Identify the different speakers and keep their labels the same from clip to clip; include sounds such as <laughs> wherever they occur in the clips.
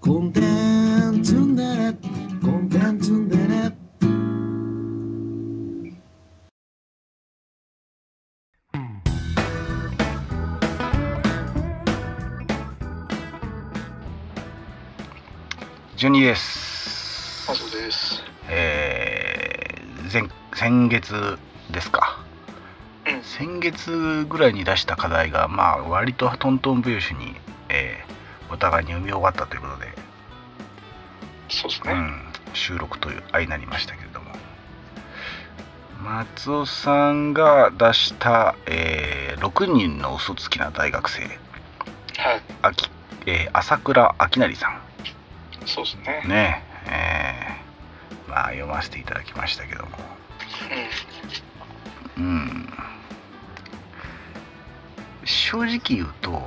Speaker 1: コンテンツンデレコンテンツンデレ
Speaker 2: ジュニーです
Speaker 3: あ。そうです。
Speaker 2: えー、前先月ですか。
Speaker 3: うん
Speaker 2: 先月ぐらいに出した課題が、まあ、割とトントン拍子に、えーお互いに読み終わったということで、
Speaker 3: そうです
Speaker 2: う
Speaker 3: ね。
Speaker 2: ん、収録という愛になりましたけれども。松尾さんが出した、えー6人の嘘つきな大学生、
Speaker 3: はい。
Speaker 2: あきえー朝倉明成さん。
Speaker 3: そうですね。
Speaker 2: ねえーまあ読ませていただきましたけどもうん正直言うと
Speaker 3: うん。うん。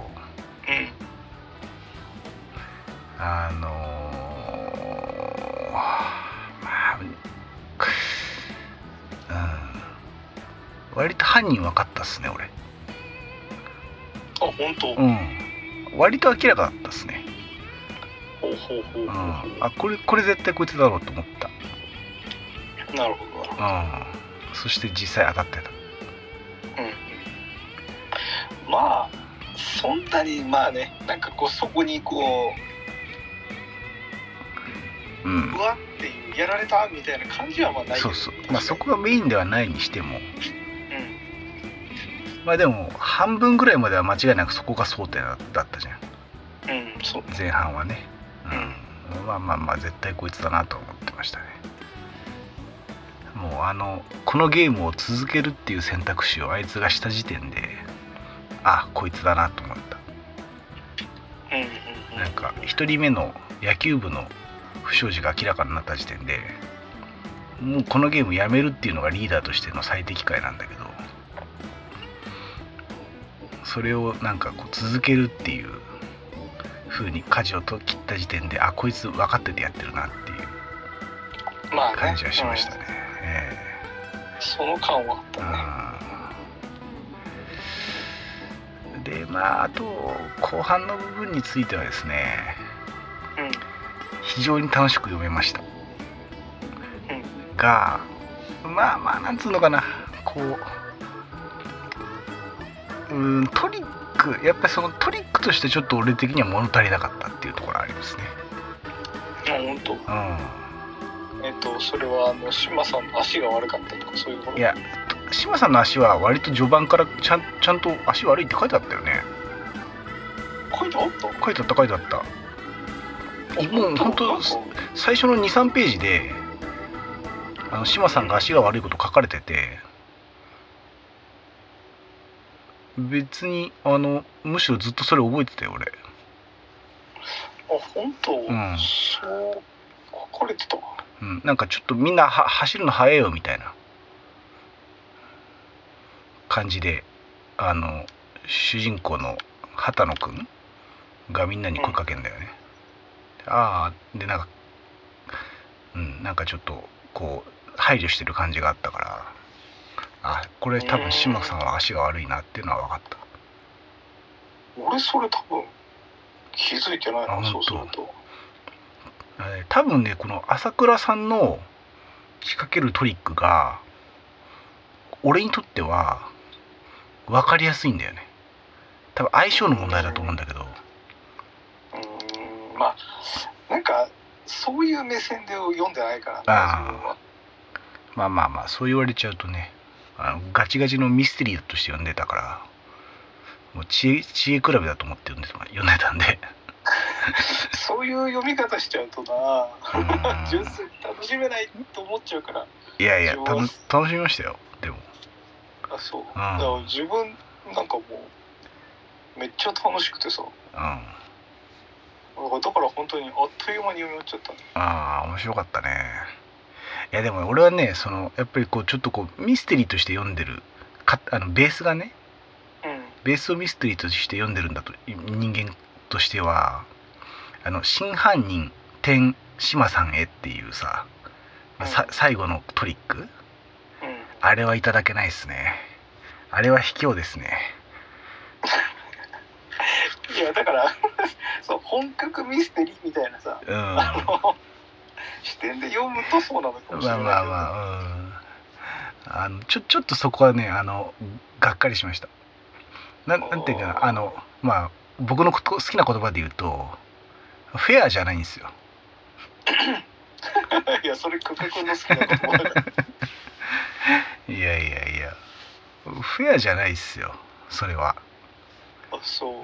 Speaker 2: あのーまあうん割と犯人分かったっすね俺
Speaker 3: あ、本当。ほ
Speaker 2: うん割と明らかだったっすね
Speaker 3: うほうほ
Speaker 2: う
Speaker 3: う
Speaker 2: ん
Speaker 3: ほうほ
Speaker 2: あこれこれ絶対こいつだろうと思った
Speaker 3: う。なるほど。
Speaker 2: うんそして実際当たってた
Speaker 3: うん。まあ、そんなに、まあね、なんかこう、そこにこ
Speaker 2: う
Speaker 3: う、
Speaker 2: ん
Speaker 3: うわっていう、やられたみたいな感じはまあないけ
Speaker 2: そ
Speaker 3: ど
Speaker 2: うそうまあそ。こがメインではないにしても
Speaker 3: うん。
Speaker 2: まあでも半分ぐらいまでは間違いなくそこが争点だったじゃん
Speaker 3: うん、そう。
Speaker 2: 前半はねうんまあまあまあ絶対こいつだなと思ってましたねもうあのこのゲームを続けるっていう選択肢をあいつがした時点であこいつだなと思った
Speaker 3: うんうんうん。
Speaker 2: なんか1人目の野球部の不祥事が明らかになった時点でもうこのゲームやめるっていうのがリーダーとしての最適解なんだけどそれをなんかこう続けるっていう風に舵をと切った時点であこいつ分かっててやってるなっていう
Speaker 3: まあね。
Speaker 2: 感じはしました
Speaker 3: うん
Speaker 2: ね。え
Speaker 3: その感はあったね。
Speaker 2: えうんでまああと後半の部分についてはですね非常に楽しく読めました
Speaker 3: うん。うん。
Speaker 2: がまあまあなんつうのかなこううーんトリックやっぱりそのトリックとしてちょっと俺的には物足りなかったっていうところありますね
Speaker 3: あ、本当。えっと、それは、あの、島さんの足が悪かったとか、そういうこ
Speaker 2: う
Speaker 3: と。
Speaker 2: んい。や志麻さんの足は割と序盤からちゃんちゃんと足悪いって書いてあったよね
Speaker 3: こういうのあった
Speaker 2: 書いてあった書いてあったいもう本当
Speaker 3: なんか
Speaker 2: 最初の23ページであの志麻さんが足が悪いこと書かれてて別にあのむしろずっとそれ覚えてたよ俺
Speaker 3: あ本当、
Speaker 2: ん
Speaker 3: そう書かれてた
Speaker 2: うん、なんかちょっとみんなは走るの早いよみたいな感じであの主人公の畑野くんがみんなに声かけんだよね。ああでなんかうんなんかちょっとこう配慮してる感じがあったからあこれ多分島さんは足が悪いなっていうのは分かった。
Speaker 3: 俺それ多分気づいてない
Speaker 2: あ
Speaker 3: なそうする
Speaker 2: 本
Speaker 3: と
Speaker 2: えー多分ねこの朝倉さんの仕掛けるトリックが俺にとっては分かりやすいんだよね多分相性の問題だと思うんだけど
Speaker 3: うーんまあなんかそういう目線で読んでないからな
Speaker 2: あー
Speaker 3: 自分は
Speaker 2: まあまあまあそう言われちゃうとねあのガチガチのミステリーとして読んでたからもう知恵知恵比べだと思って読んでた <laughs> 読んでたんで
Speaker 3: そういう読み方しちゃうとな
Speaker 2: うーん
Speaker 3: <laughs> 純粋に楽しめないと思っちゃうから
Speaker 2: いやいや楽楽しみましたよでも
Speaker 3: あそうだから自分なんかもうめっちゃ楽しくてさ
Speaker 2: うんあ
Speaker 3: だから本当にあっという間に読み終わっちゃったね
Speaker 2: あ面白かったねいやでも俺はねそのやっぱりこうちょっとこうミステリーとして読んでるかあのベースがね
Speaker 3: うん
Speaker 2: ベースをミステリーとして読んでるんだとい人間としては「あの真犯人天島さんへ」っていうさ,、
Speaker 3: うん
Speaker 2: さ最後のトリック
Speaker 3: うん
Speaker 2: あれはいただけないですねあれは卑怯ですね
Speaker 3: いやだから <laughs> そう本格ミステリーみたいなさ
Speaker 2: うん
Speaker 3: <laughs> あの視点で読むとそうなのかもしれ
Speaker 2: まあ
Speaker 3: ないけど、
Speaker 2: まあまあ、うん、あのちょちょっとそこはねあのがっかりしましたななんていうか
Speaker 3: おー
Speaker 2: なあのまあ僕のこと好きな言葉で言うとフェアじゃないんですよ
Speaker 3: <laughs> いやそれ久保君の好きな言葉だから
Speaker 2: いやいやいやフェアじゃないっすよそれは
Speaker 3: そう
Speaker 2: うん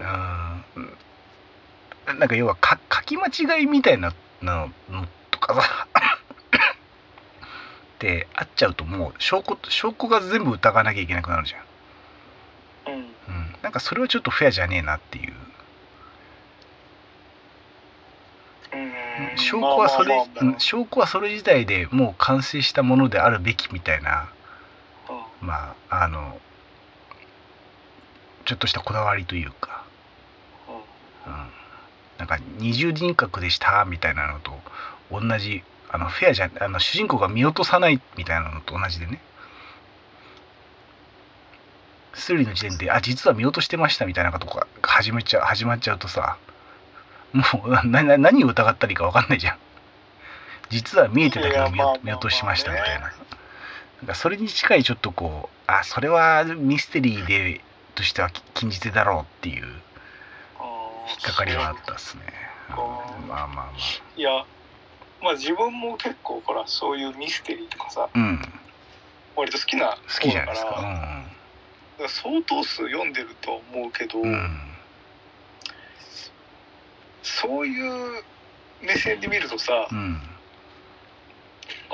Speaker 2: なんか要はか書き間違いみたいなののとか <laughs> さってあっちゃうともう証拠証拠が全部疑わなきゃいけなくなるじゃん
Speaker 3: うん
Speaker 2: うん、なんかそれはちょっとフェアじゃねえなっていう、
Speaker 3: うん
Speaker 2: 証拠はそれ、
Speaker 3: まあまあまあ
Speaker 2: うん証拠はそれ自体でもう完成したものであるべきみたいな
Speaker 3: うん
Speaker 2: まああのちょっとしたこだわりというか、
Speaker 3: うん
Speaker 2: うん、なんか二重人格でしたみたいなのと同じあのフェアじゃあの主人公が見落とさないみたいなのと同じでねスリの時点で「あ実は見落としてました」みたいなことが始めちゃう始まっちゃうとさもうなな何を疑ったらいいか分かんないじゃん実は見えてたけ
Speaker 3: い
Speaker 2: ど
Speaker 3: や
Speaker 2: 見
Speaker 3: まあまあ
Speaker 2: 落
Speaker 3: まあ
Speaker 2: 見落としましたみたいな
Speaker 3: ね
Speaker 2: なんかそれに近いちょっとこうあそれはミステリーでとしては禁じ手だろうっていう引っかかりはあったっすね。
Speaker 3: あー
Speaker 2: まあまあまあ。
Speaker 3: いやまあ自分も結構ほらそういうミステリーとかさ
Speaker 2: うん、
Speaker 3: 割と好き
Speaker 2: 好
Speaker 3: な
Speaker 2: きじゃないです
Speaker 3: 方だから
Speaker 2: か。
Speaker 3: だから相当数読んでるとは思うけど、
Speaker 2: うん、うん、
Speaker 3: そういう目線で見るとさ
Speaker 2: う、ん、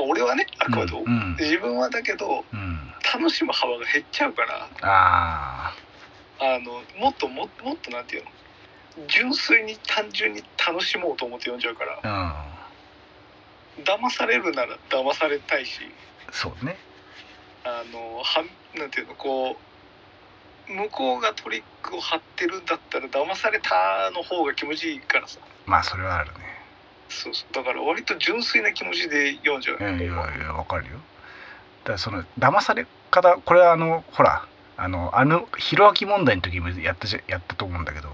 Speaker 3: 俺はねあくまで、
Speaker 2: うん、
Speaker 3: 自分はだけど
Speaker 2: うん、
Speaker 3: 楽しむ幅が減っちゃうから
Speaker 2: ああ、
Speaker 3: あのもっとももっとなんていうの純粋に単純に楽しもうと思って読んじゃうから
Speaker 2: う
Speaker 3: 騙されるなら騙されたいし
Speaker 2: ん、そうね。
Speaker 3: あのはなんていうのこう向こうがトリックを張ってるんだったら騙されたの方が気持ちいいからさ
Speaker 2: まあそれはあるね。
Speaker 3: そうそうだから割と純粋な気持ちで読んじゃう、
Speaker 2: うん、いやいやわかるよ。だからその騙され方、これはあのほらあのあのひろあき問題の時もやったじゃやったと思うんだけど、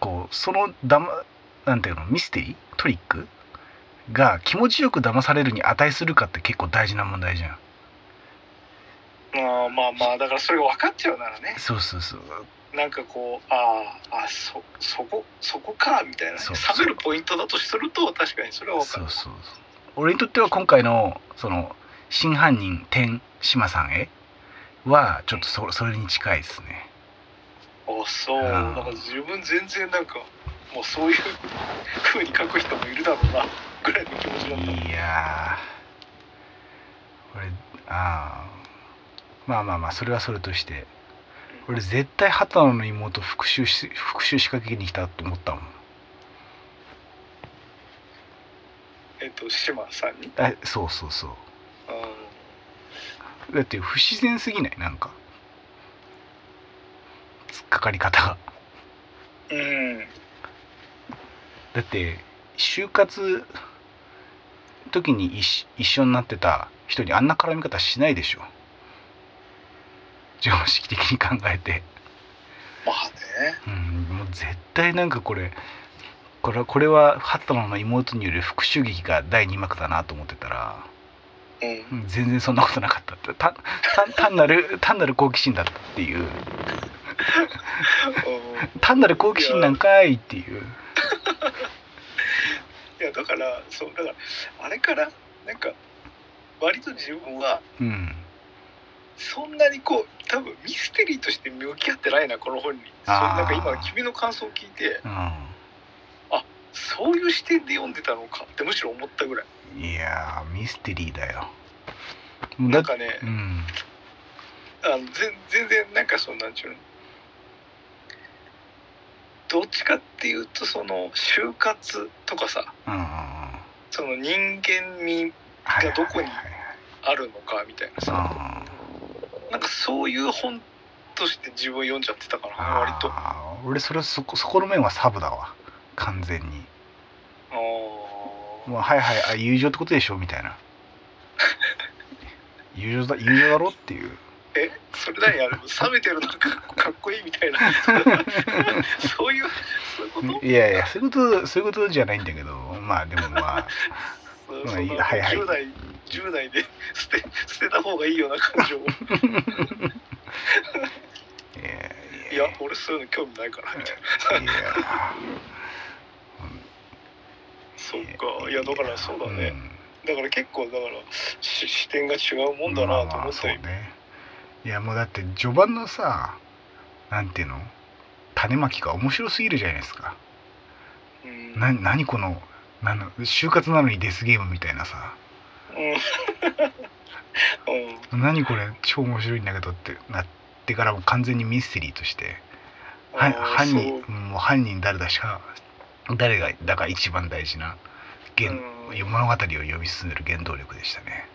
Speaker 2: こうそのだまなんていうのミステリートリックが気持ちよく騙されるに値するかって結構大事な問題じゃん。
Speaker 3: あーまあまあだからそれが分かっちゃうならね
Speaker 2: そうそうそう。
Speaker 3: なんかこうあーあそそこそこかみたいなね
Speaker 2: そう
Speaker 3: 冷めるポイントだとすると確かにそれは分か
Speaker 2: そ
Speaker 3: る
Speaker 2: うそうそう俺にとっては今回のその真犯人天島さんへはちょっとそそれに近いですね
Speaker 3: あそ
Speaker 2: う
Speaker 3: う
Speaker 2: ん
Speaker 3: なんか自分全然なんかもうそういう風に書く人もいるだろうなぐらいの気持ちだった
Speaker 2: いやー俺あーまあまあまあそれはそれとして俺絶対畑野の妹復讐し復讐仕掛けに来たと思ったもん
Speaker 3: えっと島さんに
Speaker 2: あそうそうそう
Speaker 3: う
Speaker 2: だって不自然すぎないなんか突っかかり方が
Speaker 3: ん、うん、
Speaker 2: だって就活時に一緒一緒になってた人にあんな絡み方しないでしょ常識的に考えて、
Speaker 3: まあね
Speaker 2: うん、もう絶対なんかこれこれはこれは畑野の妹による復讐劇が第2幕だなと思ってたら、
Speaker 3: うん
Speaker 2: うん全然そんなことなかったた単単単なる単なる好奇心だったっていう単なる好奇心なんかいっていう
Speaker 3: いやだからそうだからあれからなんか割と自分は
Speaker 2: うん
Speaker 3: そんなにこう多分ミステリーとして向き合ってないなこの本にそう
Speaker 2: あー
Speaker 3: なんか今君の感想を聞いて
Speaker 2: うん
Speaker 3: そういう視点で読んでたのかってむしろ思ったぐらい
Speaker 2: いやーミステリーだよ。だ
Speaker 3: なん
Speaker 2: って
Speaker 3: かね
Speaker 2: うん
Speaker 3: あの全全然なんかそんなんちゅうのどっちかっていうとその就活とかさ
Speaker 2: うんうんうん
Speaker 3: その人間味
Speaker 2: はいはいはいはい
Speaker 3: がどこにあるのかみたいなさ
Speaker 2: あ
Speaker 3: なんかそういう本として自分を読んじゃってたから
Speaker 2: あ
Speaker 3: 割とあ
Speaker 2: 俺それそこそこの面はサブだわ完全に
Speaker 3: ー
Speaker 2: もうはいはいあ友情 <laughs> ってことでしょみたいな友情だ友情だろっていう
Speaker 3: えそれ何あれ冷めてるのかかっこいいみた
Speaker 2: <laughs>
Speaker 3: いなそういうそういうこと
Speaker 2: いやいやそういうことそういうことじゃないんだけどまあでもま
Speaker 3: <laughs>
Speaker 2: あ
Speaker 3: そ
Speaker 2: まあ
Speaker 3: そん
Speaker 2: いい
Speaker 3: な
Speaker 2: はいはい
Speaker 3: 10代10代で捨て捨てた方がいいような感情を
Speaker 2: いや
Speaker 3: いや俺そういうの興味ないからみたいない
Speaker 2: や
Speaker 3: そっかいやだからそうだ
Speaker 2: う
Speaker 3: ね、
Speaker 2: ん
Speaker 3: だから結構だからし視点が違うもんだなと
Speaker 2: まあま
Speaker 3: 思
Speaker 2: あ
Speaker 3: っ
Speaker 2: そう
Speaker 3: たよ、
Speaker 2: ねいやもうだって序盤のさなんていうの種まきが面白すぎるじゃないですか
Speaker 3: うん
Speaker 2: な何このなんの就活なのにデスゲームみたいなさ
Speaker 3: うん <laughs> うん
Speaker 2: 何これ超面白いんだけどってなってからもう完全にミステリーとしては
Speaker 3: あー
Speaker 2: 犯
Speaker 3: そう
Speaker 2: 人もう犯人誰だしか誰がだか一番大事な原
Speaker 3: うん
Speaker 2: 物語を読み進める原動力でしたね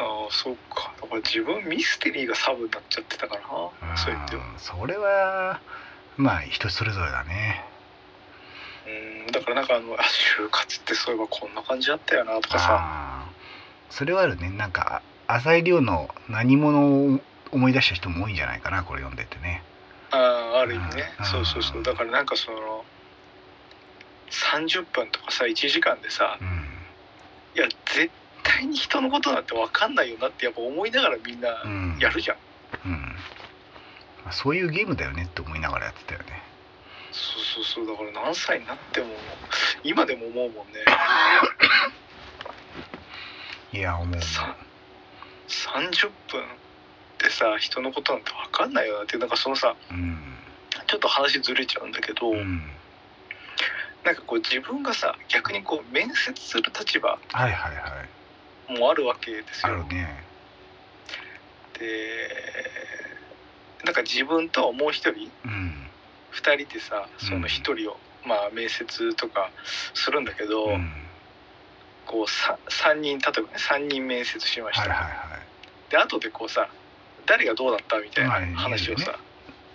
Speaker 3: ああそうかだから自分ミステリーがサブになっちゃってたからなそうやっては
Speaker 2: うんそれはまあ人それぞれだね
Speaker 3: うんだからなんかあのあ就活ってそういえばこんな感じだったよなとかさ
Speaker 2: あーそれはあるねなんかあ浅井亮の何者を思い出した人も多いんじゃないかなこれ読んでてね
Speaker 3: ああある意味ね
Speaker 2: うん
Speaker 3: そうそうそうだからなんかその30分とかさ1時間でさ
Speaker 2: うん
Speaker 3: いや絶対に人のことなんて分かんないよなってやっぱ思いながらみんな
Speaker 2: うん
Speaker 3: やるじゃん、
Speaker 2: うんまあそういうゲームだよねって思いながらやってたよね
Speaker 3: そうそうそうだから何歳になっても今でも思うもんね
Speaker 2: いや思う
Speaker 3: さ30分でさ人のことなんて分かんないよなってなんかそのさ
Speaker 2: うん
Speaker 3: ちょっと話ずれちゃうんだけど、
Speaker 2: うん
Speaker 3: なんかこう自分がさ逆にこう面接する立場
Speaker 2: はいはいはい
Speaker 3: もあるわけです
Speaker 2: あ
Speaker 3: よ
Speaker 2: る。ね
Speaker 3: でなんか自分ともう一人
Speaker 2: うん
Speaker 3: 二人でさその一人を、まあ面接とかするんだけど、
Speaker 2: うん
Speaker 3: こうさ三人例えばね三人面接しまし
Speaker 2: はい
Speaker 3: た、
Speaker 2: はいはい
Speaker 3: で後でこうさ誰がどうだったみた
Speaker 2: はいい
Speaker 3: な話をさ、
Speaker 2: いいよ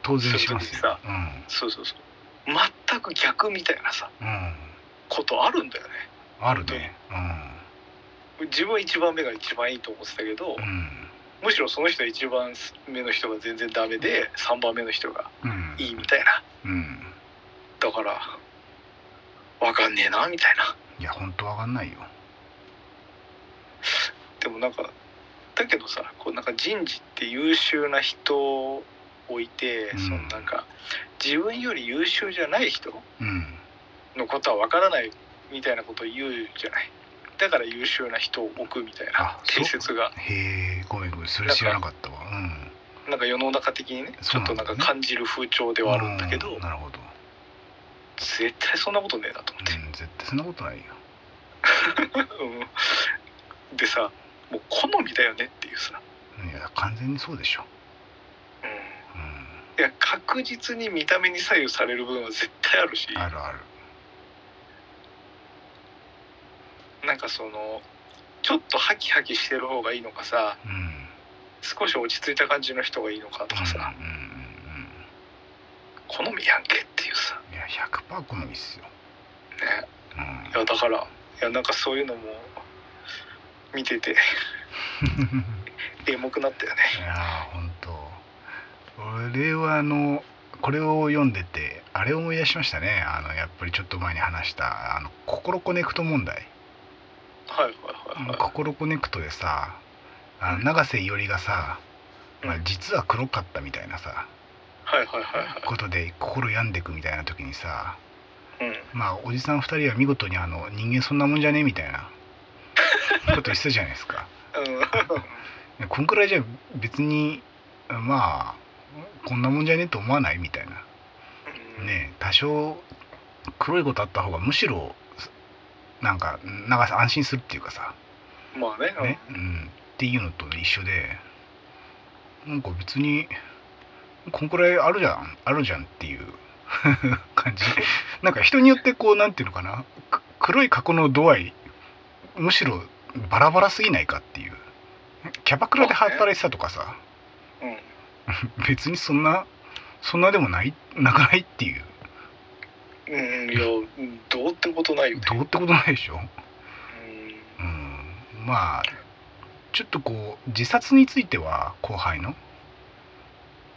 Speaker 2: 当然します
Speaker 3: そうい
Speaker 2: よ
Speaker 3: う時
Speaker 2: うん
Speaker 3: そうそうそう全く逆みたいなさ
Speaker 2: うん
Speaker 3: ことあるんだよね。
Speaker 2: あるねう
Speaker 3: 自分は一番目が一番いいと思ってたけど、
Speaker 2: ん
Speaker 3: むしろその人一番目の人が全然ダメで3番目の人が
Speaker 2: うんうん
Speaker 3: いいみたいな
Speaker 2: うん
Speaker 3: だからわかんねえなみたいない
Speaker 2: や本当わかんないよ
Speaker 3: でもなんかだけどさこうなんか人事って優秀な人をいて、
Speaker 2: うん
Speaker 3: そのなんか自分より優秀じゃない人
Speaker 2: うん
Speaker 3: のことはわからないみたいなことを言うじゃないだから優秀な人を置くみたいな
Speaker 2: あそう
Speaker 3: 定説が
Speaker 2: へえごめんごめんそれ知らなかったわうん
Speaker 3: なんか世の中的にねち
Speaker 2: そ
Speaker 3: ょ
Speaker 2: う
Speaker 3: っ
Speaker 2: な
Speaker 3: と
Speaker 2: んだ
Speaker 3: な
Speaker 2: ね
Speaker 3: んか感じる風潮ではあるんだけど、
Speaker 2: うなるほど、
Speaker 3: 絶対そんなことねえなと思って。
Speaker 2: うん、絶対そんなことないよ
Speaker 3: うんでさもう好みだよねっていうさ、
Speaker 2: いや完全にそうでしょ、
Speaker 3: うん
Speaker 2: う
Speaker 3: いや確実に見た目に左右される部分は絶対あるし
Speaker 2: ん、あるある
Speaker 3: なんかそのちょっとハキハキしてる方がいいのかさ
Speaker 2: うん
Speaker 3: 少し落ち着いた感じの人がいいのかとかさ、
Speaker 2: うんうんうん
Speaker 3: 好みやんけっていうさ、
Speaker 2: うんいや100%好みっすよ、
Speaker 3: ね、
Speaker 2: うん
Speaker 3: いやだからいやなんかそういうのも見てて
Speaker 2: <laughs>
Speaker 3: エモくなったよね。
Speaker 2: いやーほんと俺はあのこれを読んでてあれを思い出しましたねあのやっぱりちょっと前に話したあの「心コネクト」問題
Speaker 3: はいはいはい
Speaker 2: 「
Speaker 3: は
Speaker 2: 心コネクト」でさあの
Speaker 3: うん
Speaker 2: 永瀬いおりがさ、
Speaker 3: うん
Speaker 2: まあ、実は黒かったみたいなさ
Speaker 3: いはいはいはい
Speaker 2: ことで心病んでくみたいな時にさ
Speaker 3: うん
Speaker 2: まあおじさん2人は見事にあの人間そんなもんじゃねみたいなこと言ってたじゃないですか。
Speaker 3: うん
Speaker 2: でこんくらいじゃ別にまあこんなもんじゃねと思わないみたいな
Speaker 3: うん
Speaker 2: ねえ多少黒いことあった方がむしろなんか長さ安心するっていうかさ、
Speaker 3: まあね
Speaker 2: ねうん、っていうのと一緒でなんか別にこんくらいあるじゃんあるじゃんっていう <laughs> 感じなんか人によってこうなんていうのかなく黒い過去の度合いむしろバラバラすぎないかっていうキャバクラで働いてたとかさ
Speaker 3: うんうん
Speaker 2: 別にそんなそんなでもないなくないっていう
Speaker 3: うんいやうんどうってことないよね。
Speaker 2: どうってことないでしょ
Speaker 3: うん
Speaker 2: うんまあちょっとこう自殺については後輩の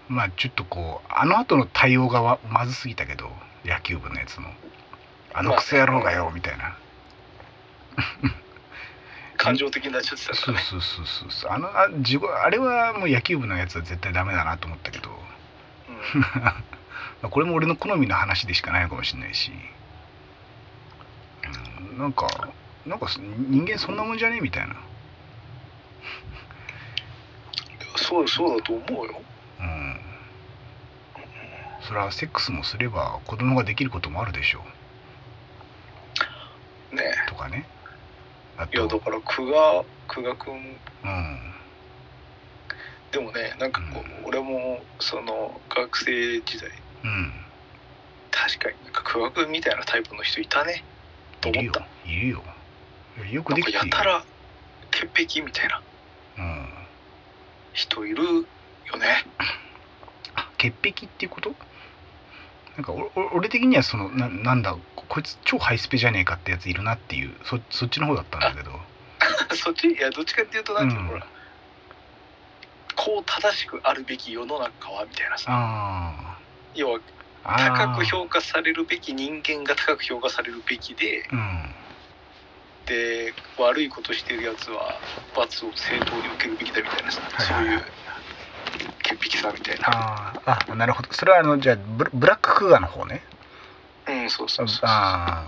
Speaker 2: まあちょっとこうあの後の対応がわまずすぎたけど野球部のやつのあのクソ野郎がよみたいな
Speaker 3: 感情的になっちゃってたか
Speaker 2: そう
Speaker 3: らね
Speaker 2: そうそうそうそうあのあ地獄あれはもう野球部のやつは絶対ダメだなと思ったけど <laughs>
Speaker 3: うん
Speaker 2: まあこれも俺の好みの話でしかないのかもしれないし、うん、なんかなんか人間そんなもんじゃねえみたいな、
Speaker 3: そうそうだと思うよ
Speaker 2: うん、それはセックスもすれば子供ができることもあるでしょ
Speaker 3: ね
Speaker 2: うとかねあ
Speaker 3: いやだ
Speaker 2: と
Speaker 3: から久我久我君
Speaker 2: うん
Speaker 3: でもねなんかこう、俺もその学生時代
Speaker 2: うん
Speaker 3: 確かになんか久我君みたいなタイプの人いたねと
Speaker 2: いる
Speaker 3: 思
Speaker 2: よ
Speaker 3: った
Speaker 2: いるよよく
Speaker 3: なん
Speaker 2: で
Speaker 3: か
Speaker 2: きて
Speaker 3: や
Speaker 2: るよ
Speaker 3: たら潔癖みたいな
Speaker 2: うん、
Speaker 3: 人いるよね <laughs>
Speaker 2: あ潔癖っていうことなんかおお俺的にはそのななんだここいつ超ハイスペじゃねえかってやついるなっていうそそっちの方だったんだけど
Speaker 3: そっちいやどっちかっていうとなんていう
Speaker 2: う
Speaker 3: の、
Speaker 2: ん
Speaker 3: ほらこう正しくあるべき世の中はみたいなさ
Speaker 2: あ
Speaker 3: 要は
Speaker 2: ーあー
Speaker 3: 高く評価されるべき人間が高く評価されるべきで
Speaker 2: うん
Speaker 3: で悪いことしてるやつは罰を正当に受けるべきだみたいなさ、
Speaker 2: はいはいはい
Speaker 3: そういう潔癖さみたいな
Speaker 2: あーあなるほどそれはあのじゃあブラブラッククーガーの方ね
Speaker 3: うんそうそうそうだ
Speaker 2: あ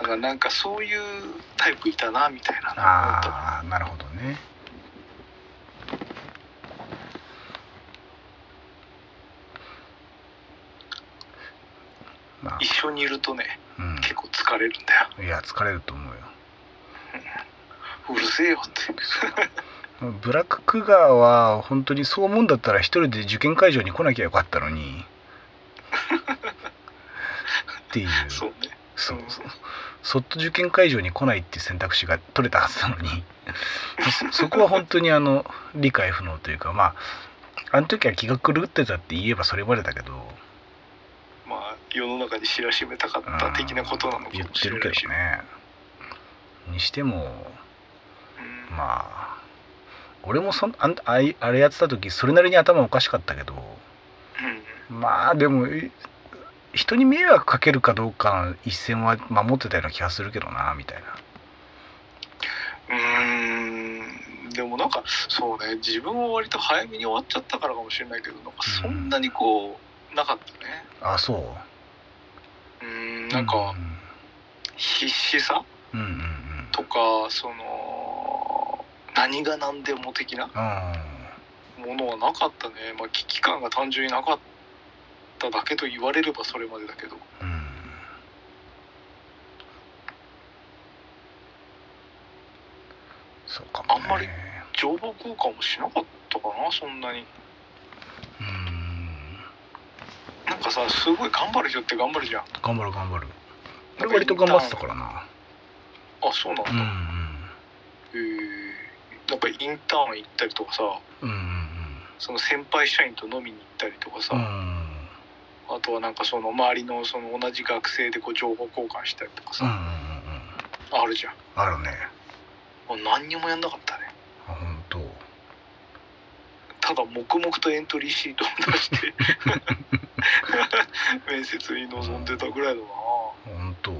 Speaker 3: からなんかそういうタイプいたなみたいな
Speaker 2: ーあーなるほどねまあ
Speaker 3: 一緒にいるとね
Speaker 2: うん
Speaker 3: 結構疲れるんだよ
Speaker 2: いや疲れると思うよ
Speaker 3: うるせえよって
Speaker 2: ブラッククーガーは本当にそう思うんだったら一人で受験会場に来なきゃよかったのにっていう
Speaker 3: <laughs> そうね
Speaker 2: そうそうそっと受験会場に来ないっていう選択肢が取れたはずなのにそ <laughs> そこは本当にあの理解不能というかまああの時は気が狂ってたって言えばそれまでだけど
Speaker 3: まあ世の中に知らしめたかった的なことなのか
Speaker 2: 言っ
Speaker 3: もしてれ
Speaker 2: る
Speaker 3: な
Speaker 2: け
Speaker 3: いし
Speaker 2: どねにしても
Speaker 3: うん
Speaker 2: まあ俺もそんあんあいあれやってた時それなりに頭おかしかったけど
Speaker 3: うん
Speaker 2: まあでもい人に迷惑かけるかどうかの一線は守ってたような気がするけどなみたいな
Speaker 3: うーんでもなんかそうね自分は割と早めに終わっちゃったからかもしれないけどなんかそんなにこうなかったね
Speaker 2: あそう
Speaker 3: うーんなんか必死さ
Speaker 2: うんうんうんうん
Speaker 3: とかその何が何でも的な
Speaker 2: あ
Speaker 3: ものはなかったねまあ危機感が単純になかっただけと言われればそれまでだけど
Speaker 2: ーうんそうかも、ね、
Speaker 3: あんまり情報交換もしなかったかなそんなに
Speaker 2: うん
Speaker 3: なんかさすごい頑張る人って頑張るじゃん
Speaker 2: 頑張る頑張る俺割と頑張ってたからな
Speaker 3: あそうなんだ、
Speaker 2: うん
Speaker 3: へえなんかインターン行ったりとかさ
Speaker 2: うんうん
Speaker 3: その先輩社員と飲みに行ったりとかさ、
Speaker 2: うんうんうん
Speaker 3: あとはなんかその周りのその同じ学生でこう情報交換したりとか
Speaker 2: うんうんうんう
Speaker 3: さ、
Speaker 2: ん
Speaker 3: あるじゃん
Speaker 2: あるね
Speaker 3: もう何にもやんなかったね
Speaker 2: あ本当。
Speaker 3: ただ黙々とエントリーシートを出して
Speaker 2: <laughs>
Speaker 3: 面接に臨んでたぐらいだな
Speaker 2: 本当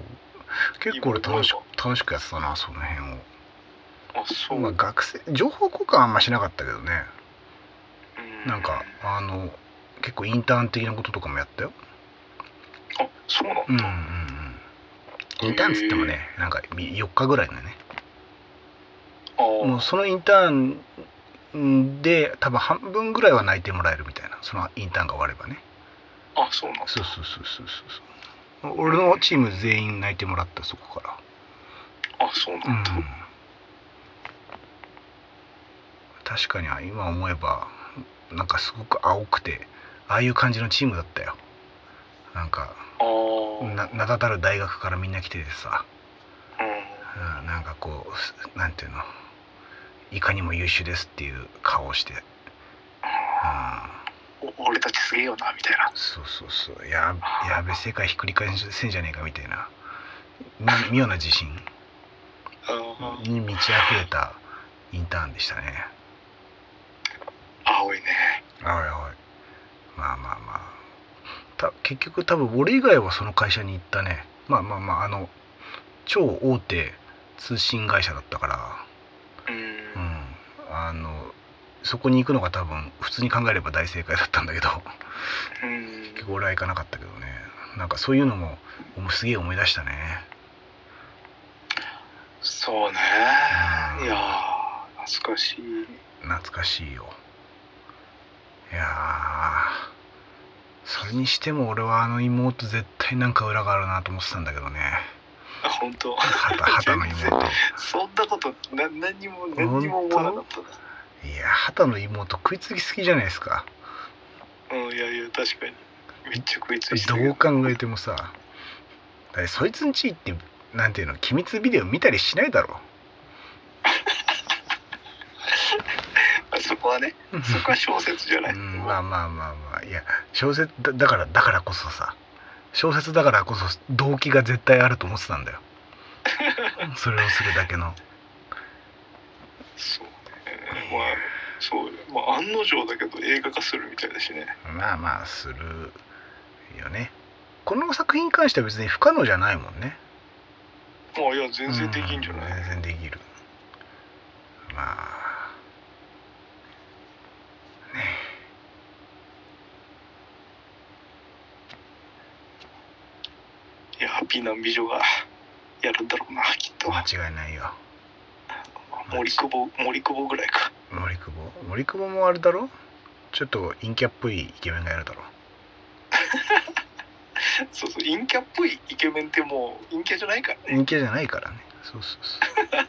Speaker 2: 結構俺楽し楽しくやってたなその辺を、
Speaker 3: あそう、
Speaker 2: まあ、学生情報交換はあんましなかったけどね
Speaker 3: う
Speaker 2: なんかあの結構インターン的なこととかもやったよ
Speaker 3: あそうなんだ、
Speaker 2: うんうんうんインターンっつってもねなんか4日ぐらいのね
Speaker 3: あー
Speaker 2: もうそのインターンで多分半分ぐらいは泣いてもらえるみたいなそのインターンが終わればね
Speaker 3: あそうなんだ
Speaker 2: そうそうそうそうそうそう俺のチーム全員泣いてもらったそこか
Speaker 3: あそう
Speaker 2: らう
Speaker 3: なんんだ、
Speaker 2: 確かに今思えばなんかすごく青くてああいう感じのチームだったよなんか
Speaker 3: ああ
Speaker 2: な名だたる大学からみんな来ててさ、
Speaker 3: う
Speaker 2: うん、なんかこうすなんていうのいかにも優秀ですっていう顔をして、うん、
Speaker 3: んお俺たちすげえよなみたいな
Speaker 2: そうそうそうややべ世界ひっくり返せんじゃねえかみたいなみ妙な自信
Speaker 3: あー
Speaker 2: に満ち溢れたインターンでしたね
Speaker 3: 青いね
Speaker 2: はいはいまあまあまあた結局多分俺以外はその会社に行ったねまあまあまああの超大手通信会社だったから
Speaker 3: う
Speaker 2: うんんあのそこに行くのが多分普通に考えれば大正解だったんだけど <laughs>
Speaker 3: うん
Speaker 2: 結局俺は行かなかったけどねなんかそういうのもおもすげえ思い出したね
Speaker 3: そうね
Speaker 2: うん
Speaker 3: いやー懐かしい
Speaker 2: 懐かしいよいやーそれにしても俺はあの妹絶対なんか裏があるなと思ってたんだけどね
Speaker 3: あ本当 <laughs>
Speaker 2: 畑畑の妹
Speaker 3: そんなことな何にも何にも思わなかったない
Speaker 2: や畑の妹食いつき好きじゃないですか
Speaker 3: うんいやいや確かにめっちゃ食いついて
Speaker 2: ど
Speaker 3: る
Speaker 2: う考えてもさだってそいつんち行ってなんていうの機密ビデオ見たりしないだろ
Speaker 3: あそこは
Speaker 2: <laughs>
Speaker 3: ねそこは小説じゃない、
Speaker 2: うんまあまあまあまあいや小説だだからだからこそさ小説だからこそ動機が絶対あると思ってたんだ
Speaker 3: <laughs>
Speaker 2: よそれをするだけの
Speaker 3: そうねまあそうまあ案の定だけど映画化するみたいだしね
Speaker 2: まあまあするよねこの作品に関しては別に不可能じゃないもんね
Speaker 3: もういや全然できんじゃな
Speaker 2: う
Speaker 3: い、
Speaker 2: 全然できるまあね
Speaker 3: いやハッピーな美女がやるんだろうなきっと
Speaker 2: 間違いないよ
Speaker 3: 森久保森久保ぐらいか <laughs>
Speaker 2: 森久保森久保もあれだろちょっと陰キャっぽいイケメンがやるだろ
Speaker 3: そうそう陰キャっぽいイケメンってもう陰キャじゃないからね
Speaker 2: 陰キャじゃないからねそうそうそう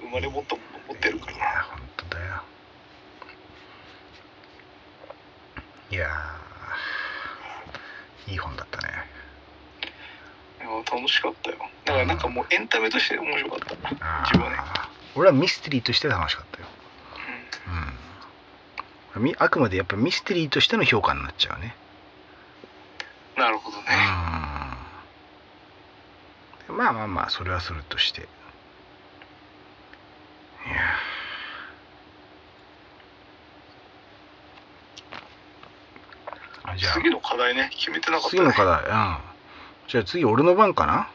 Speaker 3: 生まれ持ったもの持ってるか
Speaker 2: い
Speaker 3: ら
Speaker 2: や本当だよいやーいい本だったね
Speaker 3: いや楽しかったよだからなんかもうエンタメとして面白かった
Speaker 2: あ
Speaker 3: 自分はね
Speaker 2: ー俺はミステリーとして楽しかったよ、うんみあくまでやっぱミステリーとしての評価になっちゃうね
Speaker 3: なるほどね
Speaker 2: うんまあまあまあそれはそれとしていやーあじゃあ
Speaker 3: 次の課題ね決めてなかった
Speaker 2: 次
Speaker 3: ね
Speaker 2: の課題うんじゃあ次俺の番かな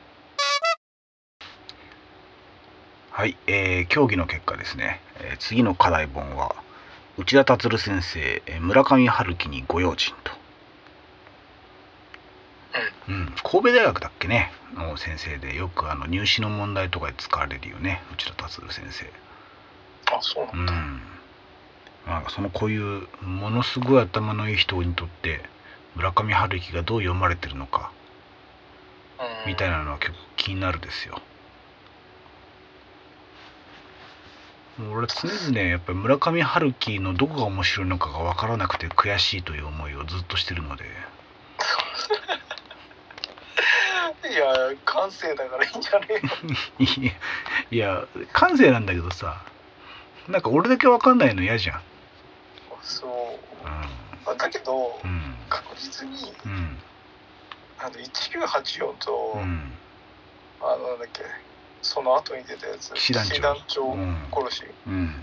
Speaker 2: はいえー、競技の結果ですね、えー次の課題本は内田達先生、えー村上春樹にご用心と、うん、神戸大学だっけねの先生でよくあの入試の問題とかで使われるよね内田達先生
Speaker 3: あそうな
Speaker 2: うん
Speaker 3: だ、
Speaker 2: んまあそのこういうものすごい頭のいい人にとって村上春樹がどう読まれてるのか
Speaker 3: うん
Speaker 2: みたいなのは結構気になるですよ。もう俺常々やっぱり村上春樹のどこが面白いのかが分からなくて悔しいという思いをずっとしてるので
Speaker 3: いや感性だからいいんじゃねえの
Speaker 2: いやいや感性なんだけどさなんか俺だけ分かんないの嫌じゃん。
Speaker 3: そう
Speaker 2: う
Speaker 3: まあだけど
Speaker 2: んうん
Speaker 3: 確実に
Speaker 2: うん
Speaker 3: あの1984と、
Speaker 2: うん
Speaker 3: あのなんだっけその後に出たやつ
Speaker 2: 師団長
Speaker 3: 長殺し
Speaker 2: うん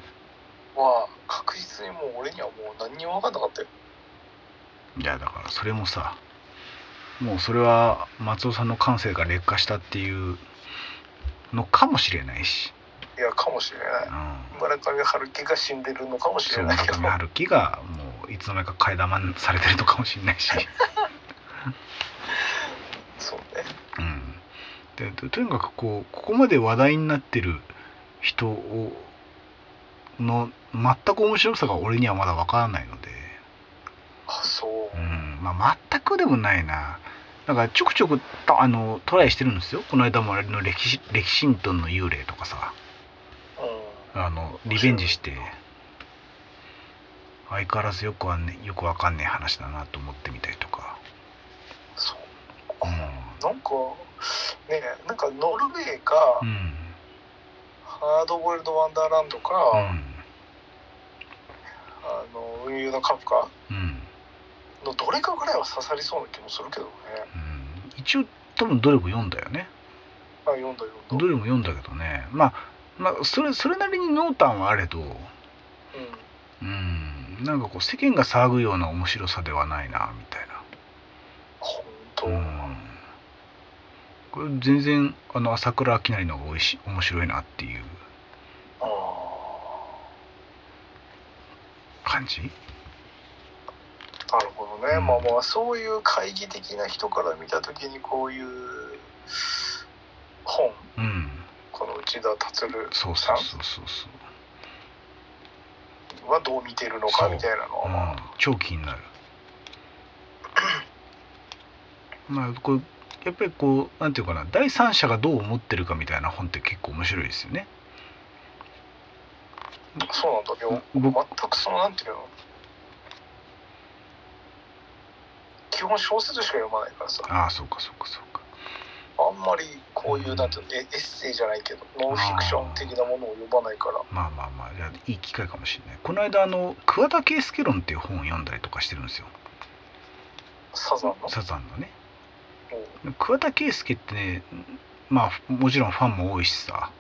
Speaker 3: は確実にもう俺にはもう何にも分かんなかったよ
Speaker 2: いやだからそれもさもうそれは松尾さんの感性が劣化したっていうのかもしれないし、
Speaker 3: いやかもしれない
Speaker 2: うん、
Speaker 3: 村上春樹が死んでるのかもし
Speaker 2: そう
Speaker 3: れない
Speaker 2: 村
Speaker 3: けど
Speaker 2: 上春樹がもういつの間にか替え玉にされてるのかもしれないし、
Speaker 3: そうね
Speaker 2: うん、でととにかくこうここまで話題になってる人をの全く面白さが俺にはまだ分からないので、
Speaker 3: あそうう、
Speaker 2: んまあ、全くでもないなだからちょくちょくたあのトライしてるんですよこの間もあれの歴史「歴史ントンの幽霊」とかさ
Speaker 3: う
Speaker 2: あのリベンジして相変わらずよくわ,、ね、よくわかんねえ話だなと思ってみたりとか。
Speaker 3: ん、そう
Speaker 2: う
Speaker 3: なんかねなんかノルウェーか、
Speaker 2: ん
Speaker 3: ハードボイルド・ワンダーランドか、あの運輸のカプか
Speaker 2: うんうん
Speaker 3: のどれかぐらいは刺さりそうな気もするけどね
Speaker 2: うん一応多分どれも読んだよね
Speaker 3: あ読んだ
Speaker 2: ど
Speaker 3: 読んだ
Speaker 2: れも読んだけどねまあまあそれそれなりに濃淡はあれど
Speaker 3: うん
Speaker 2: うんうん、なんかこう世間が騒ぐような面白さではないなみたいな
Speaker 3: 本当、
Speaker 2: うんこれ全然あの朝倉明成の方がおいし面白いなっていう
Speaker 3: あ
Speaker 2: 感じ
Speaker 3: あなるほどね、
Speaker 2: うん
Speaker 3: まあまあそういう懐疑的な人から見た時にこういう本
Speaker 2: うん
Speaker 3: この内田達
Speaker 2: そう
Speaker 3: さ
Speaker 2: そ
Speaker 3: ん
Speaker 2: うそうそうそう
Speaker 3: はどう見てるのか
Speaker 2: そう
Speaker 3: みたいなの
Speaker 2: う
Speaker 3: は、
Speaker 2: ん、超気になるまあこうやっぱりこうなんていうかな第三者がどう思ってるかみたいな本って結構面白いですよね
Speaker 3: そうなんだけど
Speaker 2: 僕
Speaker 3: 全くそのなんていうの基本小説しか読まないからさ
Speaker 2: ああそうかそうかそうか
Speaker 3: あんまりこういう
Speaker 2: うん
Speaker 3: なんていうのエエッセイじゃないけどノンフィクション的なものを読まないから
Speaker 2: まあまあまあいやいい機会かもしれないこの間あの桑田佳祐論っていう本を読んだりとかしてるんですよ
Speaker 3: サザンの
Speaker 2: サザンのね
Speaker 3: うんうん
Speaker 2: 桑田佳祐ってねまあもちろんファンも多いしさ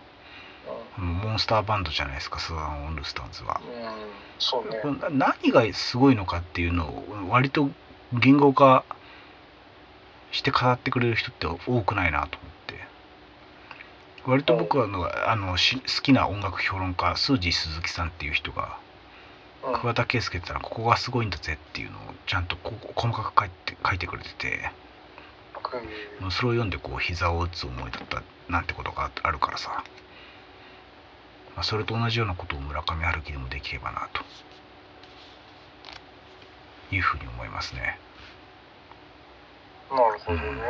Speaker 2: モンスターバンドじゃないですかサザンオールスターズは
Speaker 3: うんそうね
Speaker 2: これな何がすごいのかっていうのを割と言語化して語ってくれる人って多くないなと思って割と僕はあのあのし好きな音楽評論家スージー鈴木さんっていう人が
Speaker 3: うん
Speaker 2: 桑田佳祐ってのはここがすごいんだぜっていうのをちゃんとこう細かく書いて書いてくれてて
Speaker 3: うん
Speaker 2: それを読んでこう膝を打つ思いだったなんてことがあるからさ、まあ、それと同じようなことを村上春樹でもできればなというふうに思いますね、
Speaker 3: なるほどね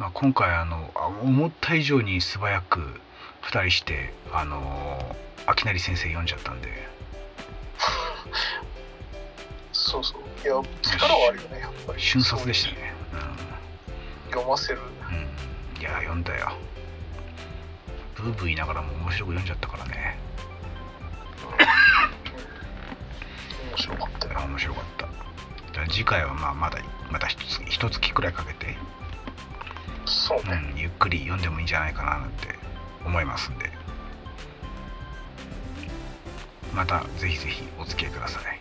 Speaker 2: まあ、今回あのあ思った以上に素早く2人してあのー秋成先生読んじゃったんで
Speaker 3: そうそういや力はあるよねやっぱり
Speaker 2: 瞬殺でしたね
Speaker 3: 読ませる
Speaker 2: うん、うん、いや読んだよブーブー言いながらも面白く読んじゃったからね
Speaker 3: 面白かったよ
Speaker 2: あ面白かったじゃあ次回はまあまだまた一つ一月くらいかけて、
Speaker 3: そうね
Speaker 2: うん、ゆっくり読んでもいいんじゃないかななんて思いますんでまたぜひぜひお付き合いください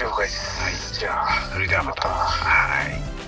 Speaker 3: 了解です、
Speaker 2: はい
Speaker 3: じゃあ
Speaker 2: それではまた
Speaker 3: また
Speaker 2: はい